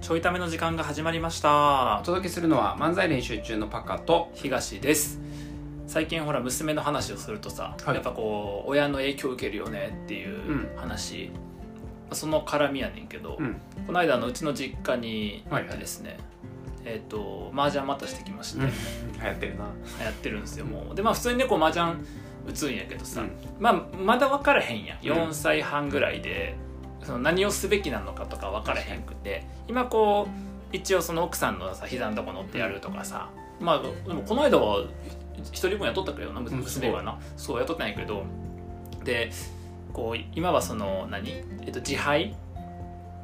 ちょいための時間が始まりましたお届けするのは漫才練習中のパカと東です最近ほら娘の話をするとさ、はいやっぱこう親の影響を受けるよねっていう話、その絡みやねんけど、うんこの間あのうちの実家に行はいってですね、えっ、と麻雀またしてきまして、流行ってるなやってるんですよもうでまあ普通にねこう麻雀打つんやけどさ、うんまあまだ分からへんやんうん4歳半ぐらいで、その何をすべきなのかとか分からへんくて今こう一応その奥さんのさ膝のとこ乗ってやるとかさ、まあでもこの間は一人分雇ったけどなうん娘がな、そう雇ったんやけどでこう今はその何、えっと、自敗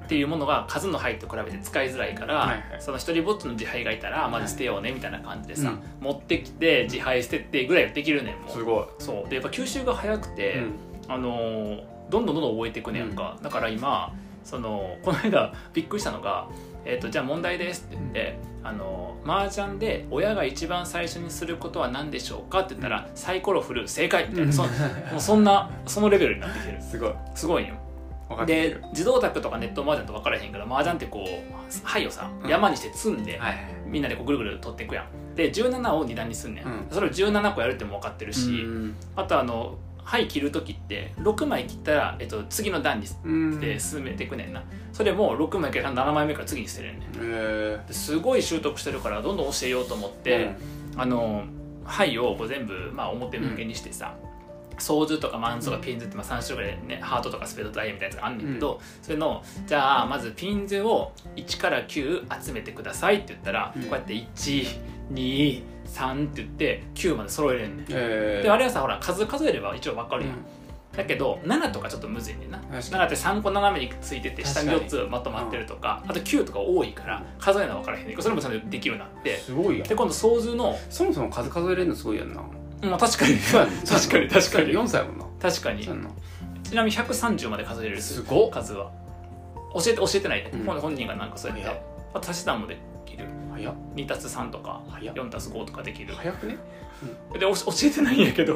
っていうものが数の牌と比べて使いづらいから、はいはいその一人ぼっちの自敗がいたらまはずい捨てようねみたいな感じでさ、うん持ってきて自敗捨ててぐらいはできるねんもすうごい、そうでやっぱ吸収が早くて、あのーどんどんどんどん覚えていくねやんか、だから今そのこの間びっくりしたのが「えっとじゃあ問題です」って言って「あのー麻雀で親が一番最初にすることは何でしょうか?」って言ったら「サイコロ振る正解」みたいな、そもうそんなそのレベルになって きてるすごいすごいよ分かってでる自動卓とかネット麻雀と分からへんから麻雀ってこう牌をさうん山にして積んで、はいはいみんなでこうぐるぐる取っていくやんで17を2段にすんねん、うんそれを17個やるっても分かってるし、うんあとあの牌切る時って6枚切ったら、えっと、次の段に捨うんて進めていくねんな、それも6枚から7枚目から次に捨てるんねんえーですごい習得してるからどんどん教えようと思って、あの牌をこう全部、まあ、表向けにしてさ、操縦とかマンズとかピンズってまあ3種類ぐらいね、ハートとかスペードダイヤみたいなやつがあんねんけど、それのじゃあまずピンズを1から9集めてくださいって言ったら、うんこうやって123って言って9まで揃えれんねん。えー、であれれはさほら数数えれば一応わかるやん、だけど7とかちょっとむずいねんな確かに7って3個斜めについてて下に確4かにつまとまってるとかあと9とか多いから数えるの分からへんねんけどそれもちゃんとできるようになってすごいやんで今度操縦のそもそも数数えれるのすごいやんなまあ確かにそう やん な確かに確かに4歳やもんな確かにそうやんなちなみに130まで数えれるすごっ数は教えて教えてないで、うん本本人がなんかそうやっ早てっあ足し算もできる早っ 2+3 とか早っ 4+5 とかできる早くねでおし教えてないんやけど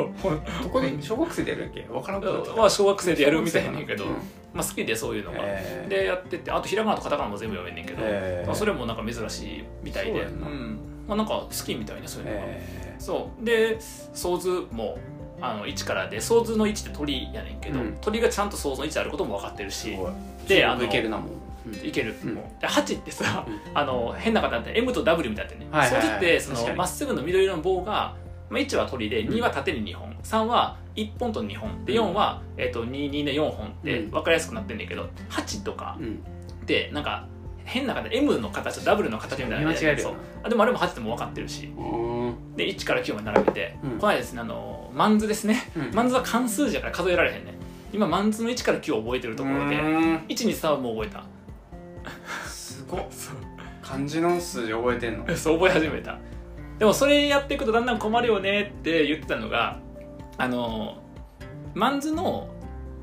どこで小学生でやるやんけわからんことは小学生でやるみたいなんやけど、うんまあ、好きでそういうのが、えーでやっててあとひらがなとカタカナも全部読めんねんけど、えーまあそれもなんか珍しいみたいそうでやんなうんまあ、なんか好きみたいねそういうのが、えそうで想図もあの1からで想図の1って鳥やねんけど、うん鳥がちゃんと想図の1あることも分かってるーしすごいで全あの部いけるなもう、うんいける、うんもうで8ってさ、うんあの変な形で M と W みたいになってね、はいはいはい想図ってそ確かのにまっすぐの緑色の棒が、まあ、1は鳥でうん2は縦に2本3は1本と2本で4は、えっと 2, 2で4本ってうん分かりやすくなってんだけど8とかうんってなんか変な形 M の形と W の形みたいな見間違えるそうよなあでもあれも8でも分かってるしうんで1から9まで並べて、うんこの間ですねあのマンズですねマンズは関数じゃから数えられへんね今マンズの1から9を覚えてるところでうん123はもう覚えたすごっそ漢字の数字覚えてんのうそう覚え始めたでもそれやっていくとだんだん困るよねって言ってたのがあのマンズの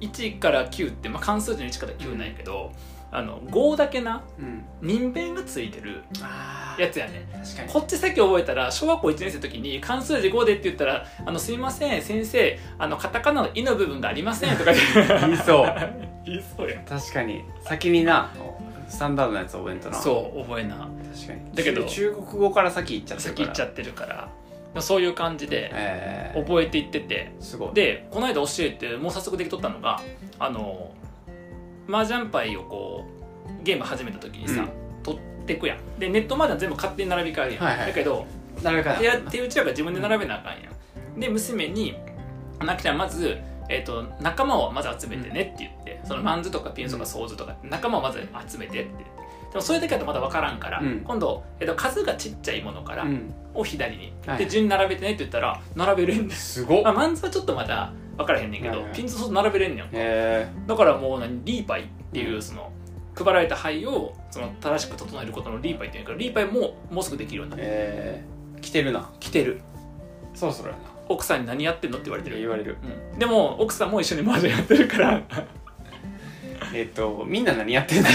1から9って、まあ、関数字の1から9なんやけど、あの5だけなうん人弁がついてるあやつやね確かにこっち先覚えたら小学校1年生の時に関数字5でって言ったら「あのすいません先生あのカタカナの「イ」の部分がありません」とか言言いそうう言いそうやん確かに先になスタンダードなやつ覚えんとなそう覚えな確かにだけど中国語から先行っちゃってるか先ら行っちゃってるからそういう感じでえー、覚えていっててすごいでこの間教えてもう早速できとったのがあの麻雀牌をこうゲーム始めた時にさ、取ってくやんでネット麻雀全部勝手に並び替えるやん、はいはいだけど誰かな手や手打ちやから自分で並べなあかんやんで娘に「なきちゃんまず、えー、と仲間をまず集めてね」って言って、そのマンズとかピンズとかソーズとか仲間をまず集めてって言ってでもそれだけだとまだ分からんから、うん今度、えー、と数がちっちゃいものから、うんを左にはいで順に並べてねって言ったら並べれんねん、すごっまあ、マンズはちょっとまだ分からへんねんけど、はいはいピンズとソーズ並べれんねんえだからもう何リーパイっていううんその配られた牌をその正しく整えることのリーパイっていうんやけどリーパイももうすぐできるようにー、なってえー、来てるなきてるそろそろやな奥さんに何やってんのって言われてる言われるうんでも奥さんも一緒に麻雀やってるから えっ、とみんな何やってんの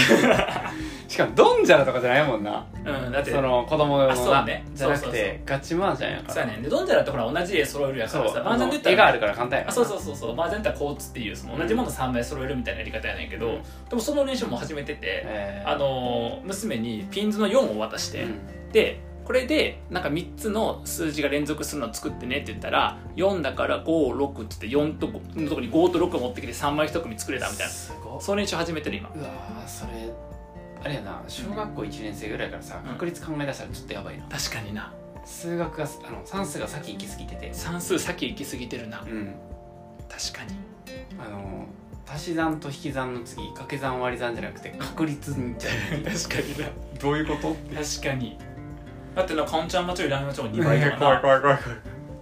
しかもドンジャラとかじゃないもんなうん、だってその子供のなあそうねじゃなくてそうそうそうガチマージャンやからそうやねんでドンジャラってほら同じ絵揃えるやからさ麻雀で言った絵があらるから簡単やからあそうそうそうそう麻雀だったらこうつっていうその同じもの3枚揃えるみたいなやり方やねんけど、うんでもその練習も始めてて、えーあのー娘にピンズの4を渡して、うんでこれでなんか3つの数字が連続するのを作ってねって言ったら4だから56っつって4と5のとこに5と6を持ってきて3枚1組作れたみたいなすごっその練習始めてる今うわーそれあれやな小学校1年生ぐらいからさうん確率考え出したらちょっとやばいな確かにな数学があの算数が先行き過ぎてて算数先行き過ぎてるなうん確かにあの足し算と引き算の次掛け算割り算じゃなくて確率みた い確かにななどういうこと 確かにだってなカウンちゃん待ちよりライン待ちも2倍とかな怖い怖い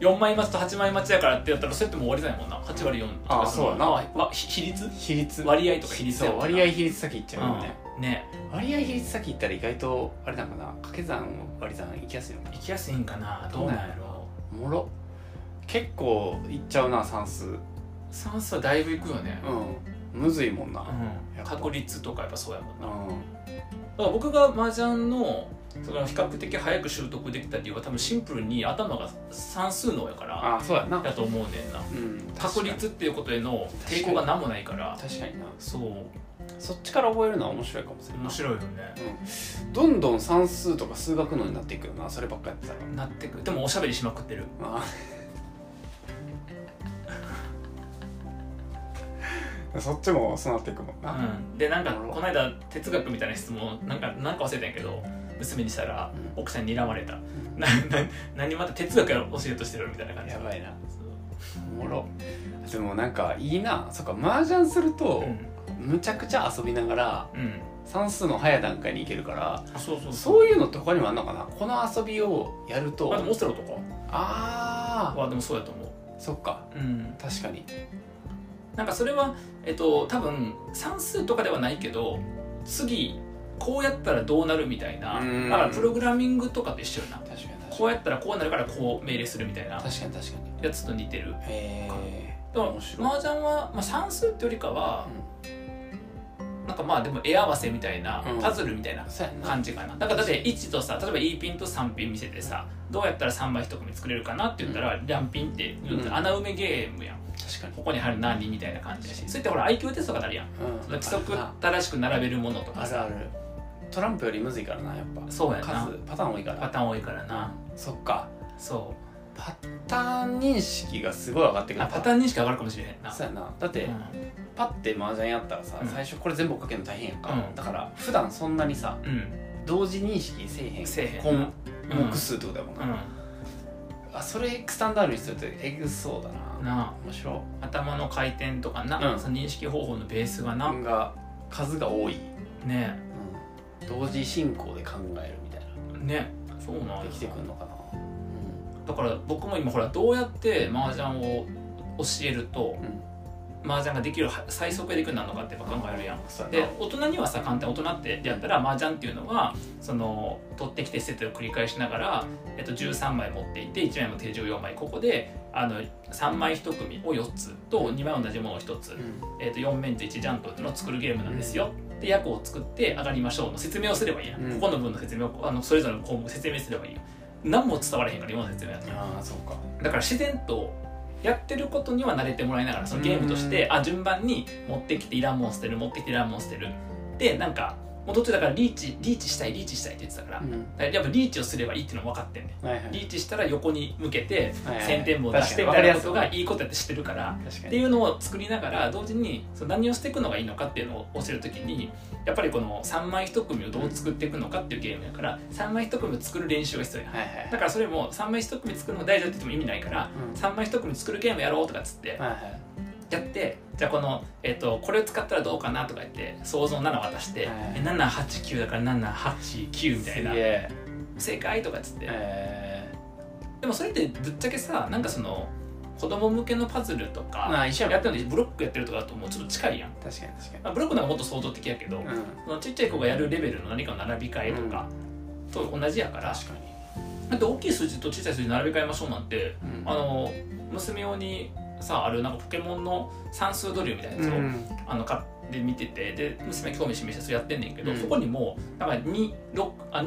4枚待ちと8枚待ちだからってやったらそうやってもう終わりだよもんな8割4とかあそうやなわわ比率比率割合とか比率やそもうんな割合比率先行っちゃうよね、うんね割合比率先行ったら意外とあれなんかな掛け算割り算行きやすいのかな行きやすいんかなどうなんやろおもろ結構いっちゃうな算数うん算数はだいぶいくよねむずいもんなうんやっぱ確率とかやっぱそうやもんなうだかん、ら僕が麻雀のその比較的早く習得できた理由は多分シンプルに頭が算数脳やからあそうやなだと思うねんなうん確率っていうことへの抵抗が何もないから確かになそうそっちから覚えるのは面白いかもしれない面白いよねどんどん算数とか数学のになっていくよなそればっかやってたらなってくでもおしゃべりしまくってるああ そっちもそうなっていくもんな、うん、でなんかこの間哲学みたいな質問なんかなんか忘れたんやけど娘にしたらう奥さんに睨まれた「なな何また哲学やろ教えようとしてる」みたいな感じやばいなそうおもろでもなんかいいなそっか麻雀すると、うんむちゃくちゃ遊びながらうん算数の早い段階に行けるからあそうそうそうそういうのって他にもあんのかなこの遊びをやるとまあでもオセロとかあはでもそうやと思うーそっかうん確かになんかそれはえっと多分算数とかではないけど次こうやったらどうなるみたいなうんだからプログラミングとかと一緒やな確かに確こかうやったらこうなるからこう命令するみたいなに確かに確かにやつと似てるへでえも面麻白い、雀は、まあ、算数ってよりかは、なんかまあでも絵合わせみたいなうんパズルみたいなうん、そうやんな感じかなだからだって1とさ例えば E ピンと3ピン見せてさどうやったら3枚1組作れるかなって言ったら、両ピンってうん穴埋めゲームやん確かにここに入る何みたいな感じだしそういったほら IQ テストとかなるやんうん規則正しく並べるものとあかるさあるトランプよりむずいからなやっぱそうやな数パターン多いかパらターン多いからなそっかそパターン認識がすごい上がってうくるあパターンにしか上がるかもしれへんなそうやなだって、うんパッて麻雀やったらさ、うん最初これ全部追っかけるの大変やんか、うんだから普段そんなにさうん同時認識せえへんせえへん項うん目数ってことだもんうな、んあそれスタンダードにするとエグそうだなな面白あ頭の回転とかな、うんその認識方法のベースがな、いが数が多い、ね同時進行で考えるみたいねそうなんなやできてくるのかだな、から僕も今ほらどうやって麻雀を教えるとうんうん、麻雀ができる最速でできるようになるのかってやっぱ考えるやん。そうやでな大人にはさ簡単大人ってやったら麻雀っていうのはその取ってきて捨ててを繰り返しながら、えっと、13枚持っていて1枚も定常4枚ここであの3枚1組を4つと2枚同じものを1つ、えっと、4面と1ジャンプっていうのを作るゲームなんですよ。で役を作って上がりましょうの説明をすればいいやん、うんここの分の説明をあのそれぞれの項目説明すればいいよ何も伝われへんから今の説明やったらうん、ああそうかだから自然とやってることには慣れてもらいながらそのゲームとしてあ順番に持ってきていらんもん捨てる持ってきていらんもん捨てるでなんかもう途中だからリーチリーチしたいリーチしたいって言ってたから,、んやっぱリーチをすればいいっていうのも分かってんねはいはいリーチしたら横に向けてはいはい先点も出してみ確かたいになことがわかいいことやって知ってるから確かってにいうのを作りながら同時にその何をしていくのがいいのかっていうのを教えるときにやっぱりこの3枚1組をどう作っていくのかっていうゲームやから3枚1組を作る練習が必要やはいはいだからそれも3枚1組作るのが大事だって言っても意味ないからうん3枚1組作るゲームやろうとかっつってはいはいやってじゃあこの、えっとこれを使ったらどうかなとか言って想像7渡して、はいえ789だから789みたいなすげえ正解とかっつって、えでもそれってぶっちゃけさなんかその子供向けのパズルとー、まかあ一緒ややもっんてるのにブロックやってるとかだともうちょっと近いやん、確かに確かまあ、ブロックなんかもっと想像的やけど、にうんそのちっちゃい子がやるレベルの何かの並び替えとかと同じやから、確かにだって大きい数字と小さい数字並び替えましょうなんてうんあの娘用にさあるなんかポケモンの算数ドリルみたいなやつを、あの買って見ててで娘興味示してそれやってんねんけど、うんそこにもうなんか26あ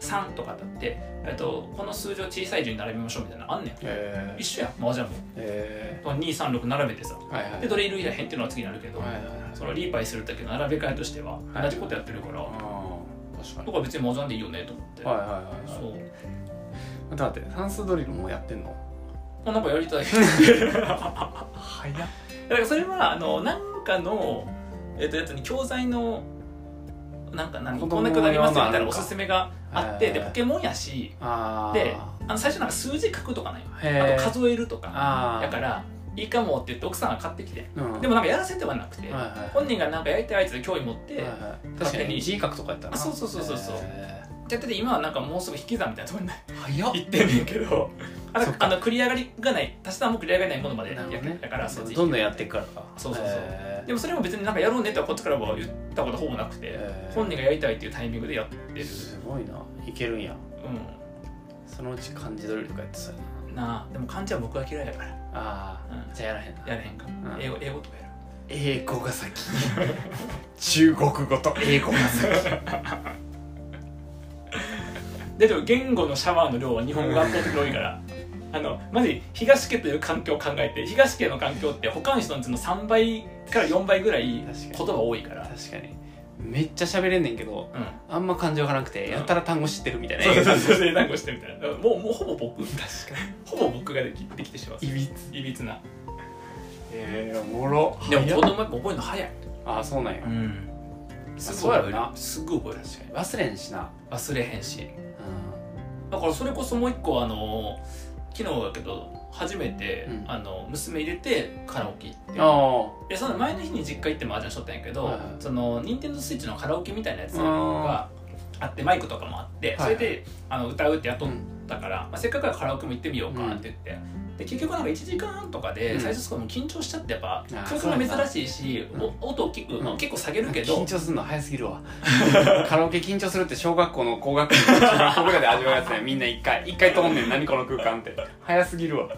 263とかだって、えっと、この数字を小さい順に並べましょうみたいなのあんねんえ一緒やん麻雀もえだから236並べてさーはいはいでどれいる以外変っていうのは次になるけど、はいはいはいそのリーパイするだけの並べ替えとしてははい同じことやってるから、ああ確かとか別に麻雀でいいよねと思って、にはいはいはいはいそうだって算数ドリルもうやってんのあなんかやりたい 早っだからそれはあのなんかの、えっとやつに教材のなんか何子こん供なくなりますよみたいな用のあるおかすすめがあってへーでポケモンやしああであの最初なんか数字書くとかないよあへとー数えるとかあだからいいかもって言って奥さんが買ってきてら、うん、でもなんかやらせてはなくてはいはいはい本人がなんかやりたいやつで興味持ってはいはい勝確手かにに字書くとかやったなあそうそうそうそうそうへやってて今はなんかもうすぐ引き算みたいなところにー早っ行ってんねんけど あそっのかあの繰り上がりがない足し算も繰り上がりないものまでやるなるほどねだからそうどんどんやっていくからかそうそうそうへーでもそれも別になんかやろうねとはこっちからは言ったことほぼなくて、へー本人がやりたいっていうタイミングでやってる、すごいないけるんやそのうち漢字ドリルとかやってそうやうん、なあでも漢字は僕は嫌いだからなああ、うんじゃあやらへんなやれへんか、うん英語英語とかやる英語が先中国語と英語が先ででも言語のシャワーの量は日本語が圧倒的に多いからあのマジ東家という環境を考えて東家の環境って他の人のうちの3倍から4倍ぐらい確かに言葉多いから確かにめっちゃ喋れんねんけどうんあんま感情がなくてやたら単語知ってるみたいなそうそうそう英単語してみたいなもうもうほぼ僕ほぼ僕ができできてしまういびついびつなえー、おもろでも早子っ供やっぱ覚えるの早いああそうなんやうんすそぐうや覚ろえるなすぐ覚えるし忘れんしな忘れへんしうだからそれこそもう一個あの昨日だけど初めて、うんあの娘入れてカラオケ行ってんあでその前の日に実家行っても麻雀しとったんやけど、はいはいその任天堂スイッチのカラオケみたいなやつがあってマイクとかもあってそれで、はあの歌うってやっとうっんたから、まあ、せっかくだからカラオケも行ってみようかって言って、で結局なんか1時間半とかでうん最初そこも緊張しちゃってやっぱー曲も珍しいし、そうやお音大きく、まあうん結構下げるけど緊張するの早すぎる わカラオケ緊張するって小学校の高学年中学校ぐらいで味わうやつねみんな一回一回通んねん何この空間って早すぎる わ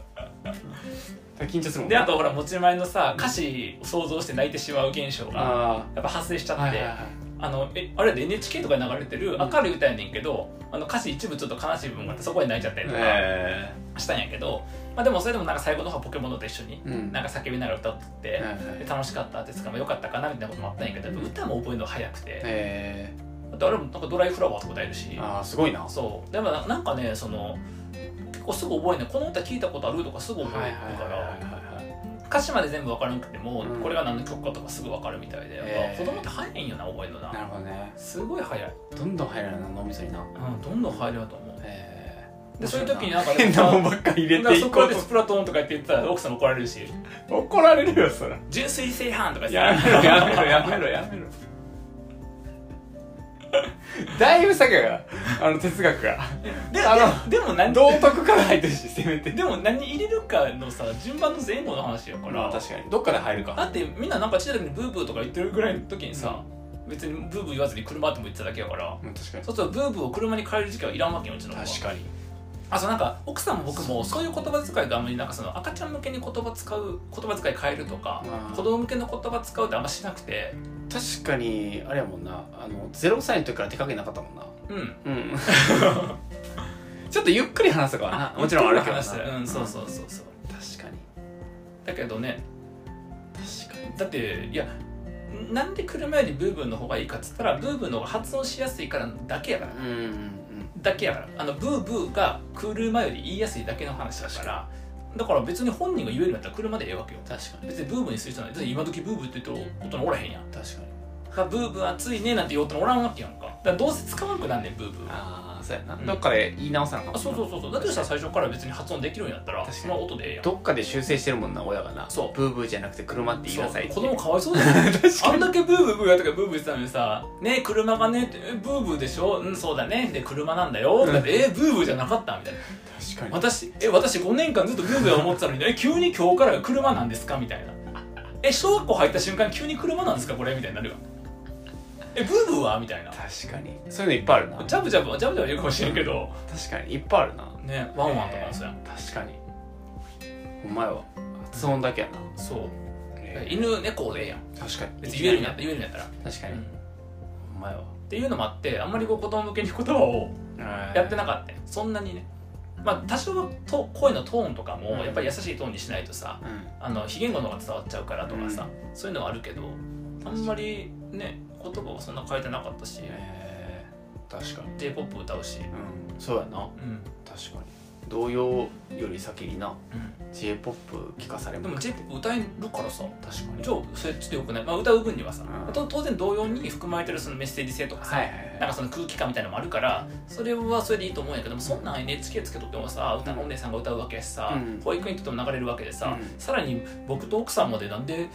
緊張するもんであとほら持ち前のさ歌詞を想像して泣いてしまう現象があやっぱ発生しちゃあって、はいはいはいあのえあれで NHK とかで流れてる明るい歌やねんけど、あの歌詞一部ちょっと悲しい部分があってそこで泣いちゃったりとかえしたんやけど、まあ、でもそれでもなんか最後の方はポケモンと一緒にーうんなんか叫びながら歌ってて、はいはでい楽しかったってつかまあよかったかなみたいなこともあったんやけどやっぱ歌も覚えるの早くて、えだってあれもなんかドライフラワーとか歌えるしー、ああすごいなそうでもななんかねその結構すぐ覚えんねこの歌聞いたことあるとかすぐ覚はえいるはいかはいら。はいはい歌詞まで全部分からなくても、うんこれが何の曲かとかすぐ分かるみたいで、やっぱへー子供って早いんよな覚えるのななるほどねすごい早い、どんどん入らないな脳みそになうん、どんどん入るなと思えうでそういう時になんか変でな もんもばっか入だれからていそここうでとスプラトゥーンとか言って言ったら奥さん怒られるし怒られるよそれ純粋正反とかやめろやめろやめろやめろだいぶ先やからあの哲学がであででも何道徳から入ってるしせめてでも何入れるかのさ順番の前後の話やかまらあ確かにどっかで入るかだってみんななんかちっちゃい時にブーブーとか言ってるぐらいの時にさ、別にブーブー言わずに車でも言ってただけやからうん確かにそうするとブーブーを車に変える時間はいらんわけようちの子は確かにあそうなんか奥さんも僕もそういう言葉遣いがあんまりなんかその赤ちゃん向けに言葉使う言葉遣い変えるとかうん子供向けの言葉使うってあんましなくて確かにあれやもんなあの0歳の時から手かけなかったもんなうんうん ちょっとゆっくり話すとかはなもちろんあるけどな話してうんそううそうそうそう確かにだけどね確かだっていやなんで車よりブーブーの方がいいかっつったらブーブーの方が発音しやすいからだけやからにうんうんだけやからあのブーブーが車より言いやすいだけの話だからだから別に本人が言えるんだったら車でええわけよ確かに別にブーブーにする人なんてだって今時ブーブーって言ってる大人おらへんやん確かにがブーブー暑いねなんて言おうとおらんわけやんかだからどうせ使わんくなんねんブーブーあああそうやな、うんどっかで言い直さなあかんもんなそうそうそうそうだとしたら最初から別に発音できるんやったら確かにその音でええやんどっかで修正してるもんな親がなそうブーブーじゃなくて車って言いなさいってそう子供かわいそうだ よあんだけブーブーブーやとかブーブー言ってたのにさ「ねえ車がね」ってえ「ブーブーでしょうんそうだね」で車なんだよ」だって「えブーブーじゃなかった」みたいな確か私え私5年間ずっとブーブー思ってたのにえ急に今日から車なんですかみたいなえ小学校入った瞬間急に車なんですかこれみたいになるわえブーブーはみたいな確かにそういうのいっぱいあるなジャブジャブはジャブジャブ言うかもしれんけど確かにいっぱいあるなねワンワンとかもそうやん、確かにお前は発音だけやな、そうえ犬猫でええやんー確かに別に言えるんや言えるんやったら、確かうにん、お前はっていうのもあってあんまりこう子供向けに言葉をやってなかったよそんなにねまあ多少と声のトーンとかもうんやっぱり優しいトーンにしないとさうんあの非言語の方が伝わっちゃうからとかさ、そういうのはあるけどあんまりね言葉はそんな変えてなかったしえー確かに j p o p 歌うしうんそうやなうん、確かに童謡より先になうん、 j p o p 聞かされでもも j p o p 歌えるからさ確かにじゃあそれちょっとよくない、まあ、歌う分にはさ、うんと当然同様に含まれてるそのメッセージ性とかさ、はいはいなんかはその空気感みたいなのもあるからそれはそれでいいと思うんやけどもそんなん NHK つけとってもさ歌のお姉さんが歌うわけやしさ、うん保育園にとっても流れるわけでさ、うんさらに僕と奥さんまでなんで、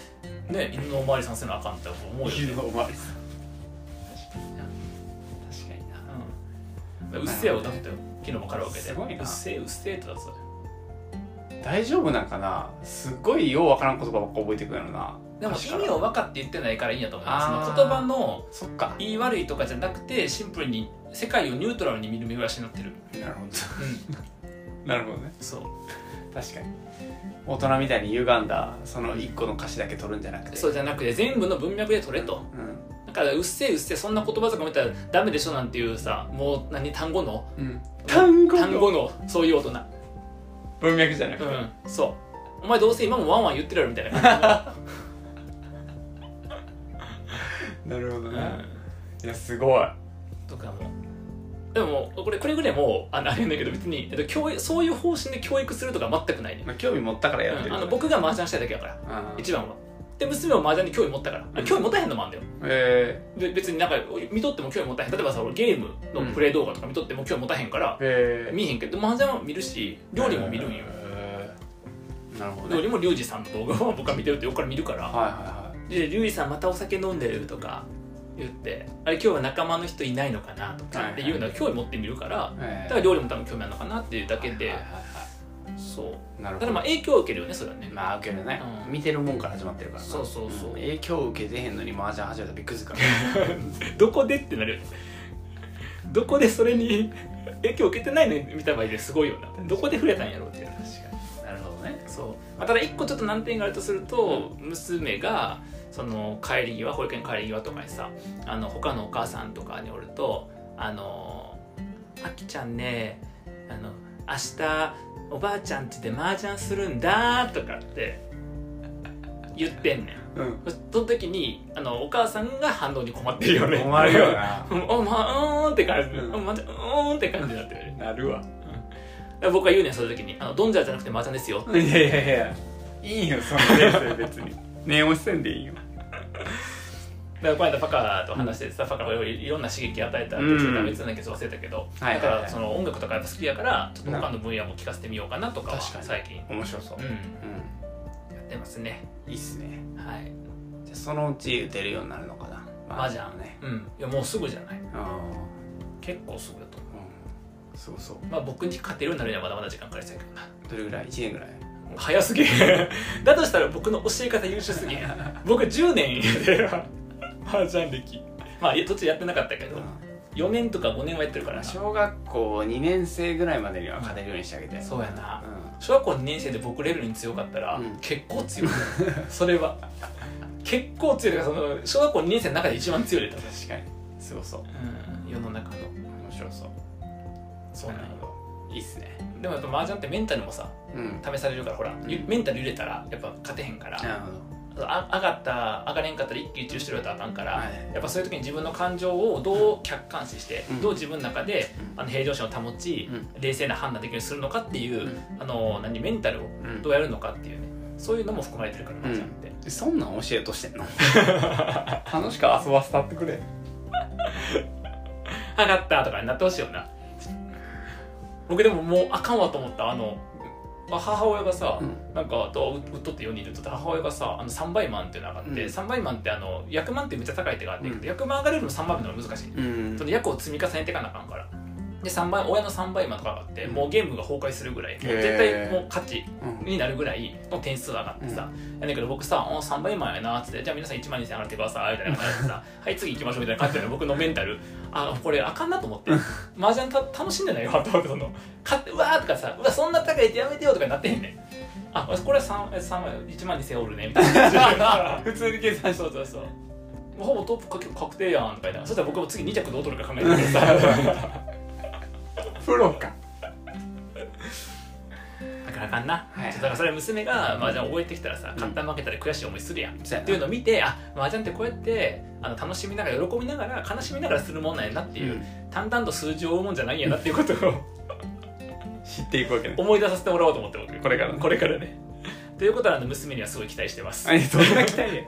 ね、犬のおまわりさんせなあかんって思うよいね、のお前確かにな、うん、うっせえは歌ってたよ昨日もカラオケですごいなうっせえうっせえって歌ってたよ大丈夫なんかなすっごいようわからん言葉ばっか覚えてくるやろなでも確か意味を分かって言ってないからいいんやと思うそのあー言葉のそっか言い悪いとかじゃなくてシンプルに世界をニュートラルに見る目暮らしになってるなるほうんど なるほどねそう確かに大人みたいに歪んだその一個の歌詞だけ取るんじゃなくてそうじゃなくて全部の文脈で取れとうんだからうっせえうっせえそんな言葉とか見たらダメでしょなんていうさもう何単語のうん単語の単語のそういう大人文脈じゃなくて、うんそうお前どうせ今もワンワン言ってるやろみたいな感なるほどじねの、うんいやすごいとかもでもこれくれぐれもあのあれなんだけど別に、えっと、教育そういう方針で教育するとか全くないね、まあ、興味持ったからやってうんる、あの僕が麻雀したいだけだからあー一番はで娘も麻雀に興味持ったからあ興味持たへんのもあんだよえで別になんか見とっても興味持たへん例えばさ俺ゲームのプレイ動画とか見とっても興味持たへんからー、、えー、見えへんけど麻雀は見るし料理も見るんよ、えーなるほ料どね理もリュウジさんの動画を僕は見てるって横から見るからはいはいはい「でリュウジさんまたお酒飲んでる」とか言って「あれ今日は仲間の人いないのかな」とはいかはいっていうのは興味持ってみるからだえーから料理も多分興味あるのかなっていうだけではいはいはいはそういなるたほだどまあ影響を受けるよねそれはねまあ受けるね、うん見てるもんから始まってるからなそうそうそうん影響受けてへんのに麻雀始めたらびっくりするから どこでってなるよね どこでそれに 影響を受けてないのに見た場合ですごいよなどこで触れたんやろうっていう なるほどねそうまあただ一個ちょっと難点があるとすると娘がその帰り際保育園帰り際とかにさあの他のお母さんとかにおると「あのあきちゃんねあの明日おばあちゃんちで麻雀するんだ」とかって言ってんねんうんその時にあのお母さんが反応に困ってるよね困るよなうん おまうーんって感じ、うんおまうーんって感じになってるよね なるわだから僕は言うねんその時にあの「ドンジャーじゃなくて麻雀ですよ」いやいやいやいいよその先生別 に念押しせんでいいよだからこの間パカと話してさ、パカがいろんな刺激与えたって言ってた言ってたんだけど忘れたけど、はいはいはいだからその音楽とかやっぱ好きやからちょっと他の分野も聞かせてみようかなとかは確かに最近、面白そうう、ん、うやってますねん、いいっすねはいじゃあそのうち打てるようになるのかな麻雀ねうんいやもうすぐじゃないあ結構すぐだと思あうんすごそううまあ僕に勝てるようになるにはまだまだ時間かかりそうやけどなどれぐらい1年ぐらいもう早すぎ だとしたら僕の教え方優秀 すぎ僕10年で麻雀歴まあいや途中やってなかったけど4年とか5年はやってるからな小学校2年生ぐらいまでには勝てるようにしてあげてそうやなう小学校2年生で僕レベルに強かったら、うん結構 強いそれは結構強いだからその小学校2年生の中で一番強いで多ん確かにすごそう分、世の中の面白そうそうなんよどいいっすねでもやっぱ麻雀ってメンタルもさうん試されるからほら、ゆメンタル揺れたらやっぱ勝てへんから、なるほどあ上がった上がれんかったら一喜一憂してるとあかんから、はいやっぱそういう時に自分の感情をどう客観視して、うんどう自分の中でうんあの平常心を保ち、う冷静な判断できるようにするのかっていう、うんあの何メンタルをうんどうやるのかっていうねそういうのも含まれてるから麻雀って。えそんなん教えようとしてん の楽しく遊ばせたってくれ上がったとかになってほしいよな僕でももうあかんわと思ったあの母親がさ、うんなんかとうっとって4人でうっとって母親がさあの3倍マンっていうのがあって、うん3倍マンってあの役満ってめっちゃ高い手があってんけど、うん役満上がれるの3倍マンの方が難しい、うんその役を積み重ねていかなあかんからで3倍親の3倍マンとかがあって、うんもうゲームが崩壊するぐらいもうへー絶対もう勝ちうんになるぐらいの点数が上がってさ、やねんけど僕さ「お3倍前やな」っつって「じゃあ皆さん1万2000上がってください」みたいな感じでさ「はい次行きましょう」みたいな感じで僕のメンタルあこれあかんなと思 って麻雀た楽しんでないわと思ってその勝ってうわーとかさ「うわそんな高いってやめてよ」とかになってへんねんあこれは 3, 3万1万2000おるねみたいな感じで 普通に計算しそうそうそうもうほぼトップかけ確定やんみたいなそしたら僕も次2着どう取るか考えてく ださい プロかだからあかんな、はいちょっとだからそれ娘が麻雀覚えてきたらさ簡単負けたり悔しい思いするやん、そうやなっていうのを見てあ麻雀ってこうやってあの楽しみながら喜びながら悲しみながらするもんなんやなっていう、うん淡々と数字を追うもんじゃないんやなっていうことを 知っていくわけね思い出させてもらおうと思って僕これからねこれからねということなんで娘にはすごい期待してます、あどんな期待や